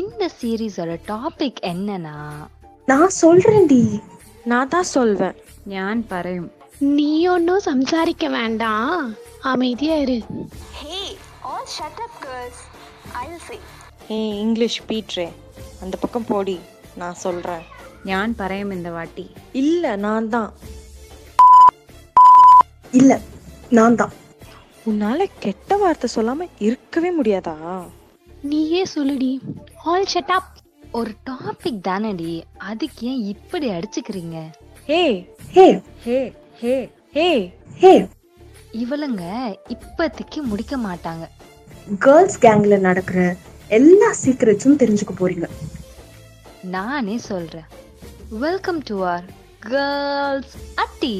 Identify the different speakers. Speaker 1: இந்த சீரீஸோட டாபிக் என்னன்னா
Speaker 2: நான் சொல்றேன்டி
Speaker 3: நான் தான் சொல்வேன்
Speaker 4: ഞാൻ പറയും
Speaker 5: நீ ஒன்றும் சம்சாரிக்க வேண்டாம் அமைதியா இரு
Speaker 3: ஏ இங்கிலீஷ் பீட்ரே அந்த பக்கம் போடி நான் சொல்றேன்
Speaker 4: ഞാൻ പറയും இந்த வாட்டி
Speaker 3: இல்ல நான் தான்
Speaker 2: இல்ல நான் தான்
Speaker 3: உன்னால கெட்ட வார்த்தை சொல்லாம இருக்கவே முடியாதா
Speaker 5: நீயே சொல்லுடி ஆல் ஷட் அப்
Speaker 1: ஒரு டாபிக் தானடி அதுக்கு ஏன் இப்படி அடிச்சுக்கிறீங்க
Speaker 3: ஹே
Speaker 2: ஹே
Speaker 4: ഹേ ഹേ
Speaker 3: ஹே
Speaker 2: ஹே
Speaker 1: இவளுங்க இப்போதைக்கு முடிக்க மாட்டாங்க
Speaker 2: கேர்ள்ஸ் கேங்ல நடக்கிற எல்லா சீக்கிரட்ஸும் தெரிஞ்சுக்க போறீங்க
Speaker 1: நானே சொல்றேன் வெல்கம் டு ஆர் கேர்ள்ஸ் அட்டி